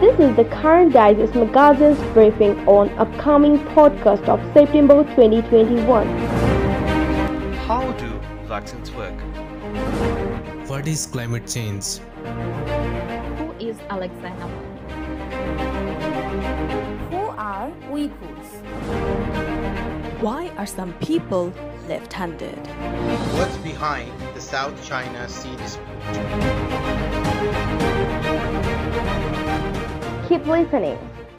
This is the current Digest magazine's briefing on upcoming podcast of September 2021. How do vaccines work? What is climate change? Who is Alexander? Who are Uyghurs? Why are some people left handed? What's behind the South China Sea dispute? Keep listening.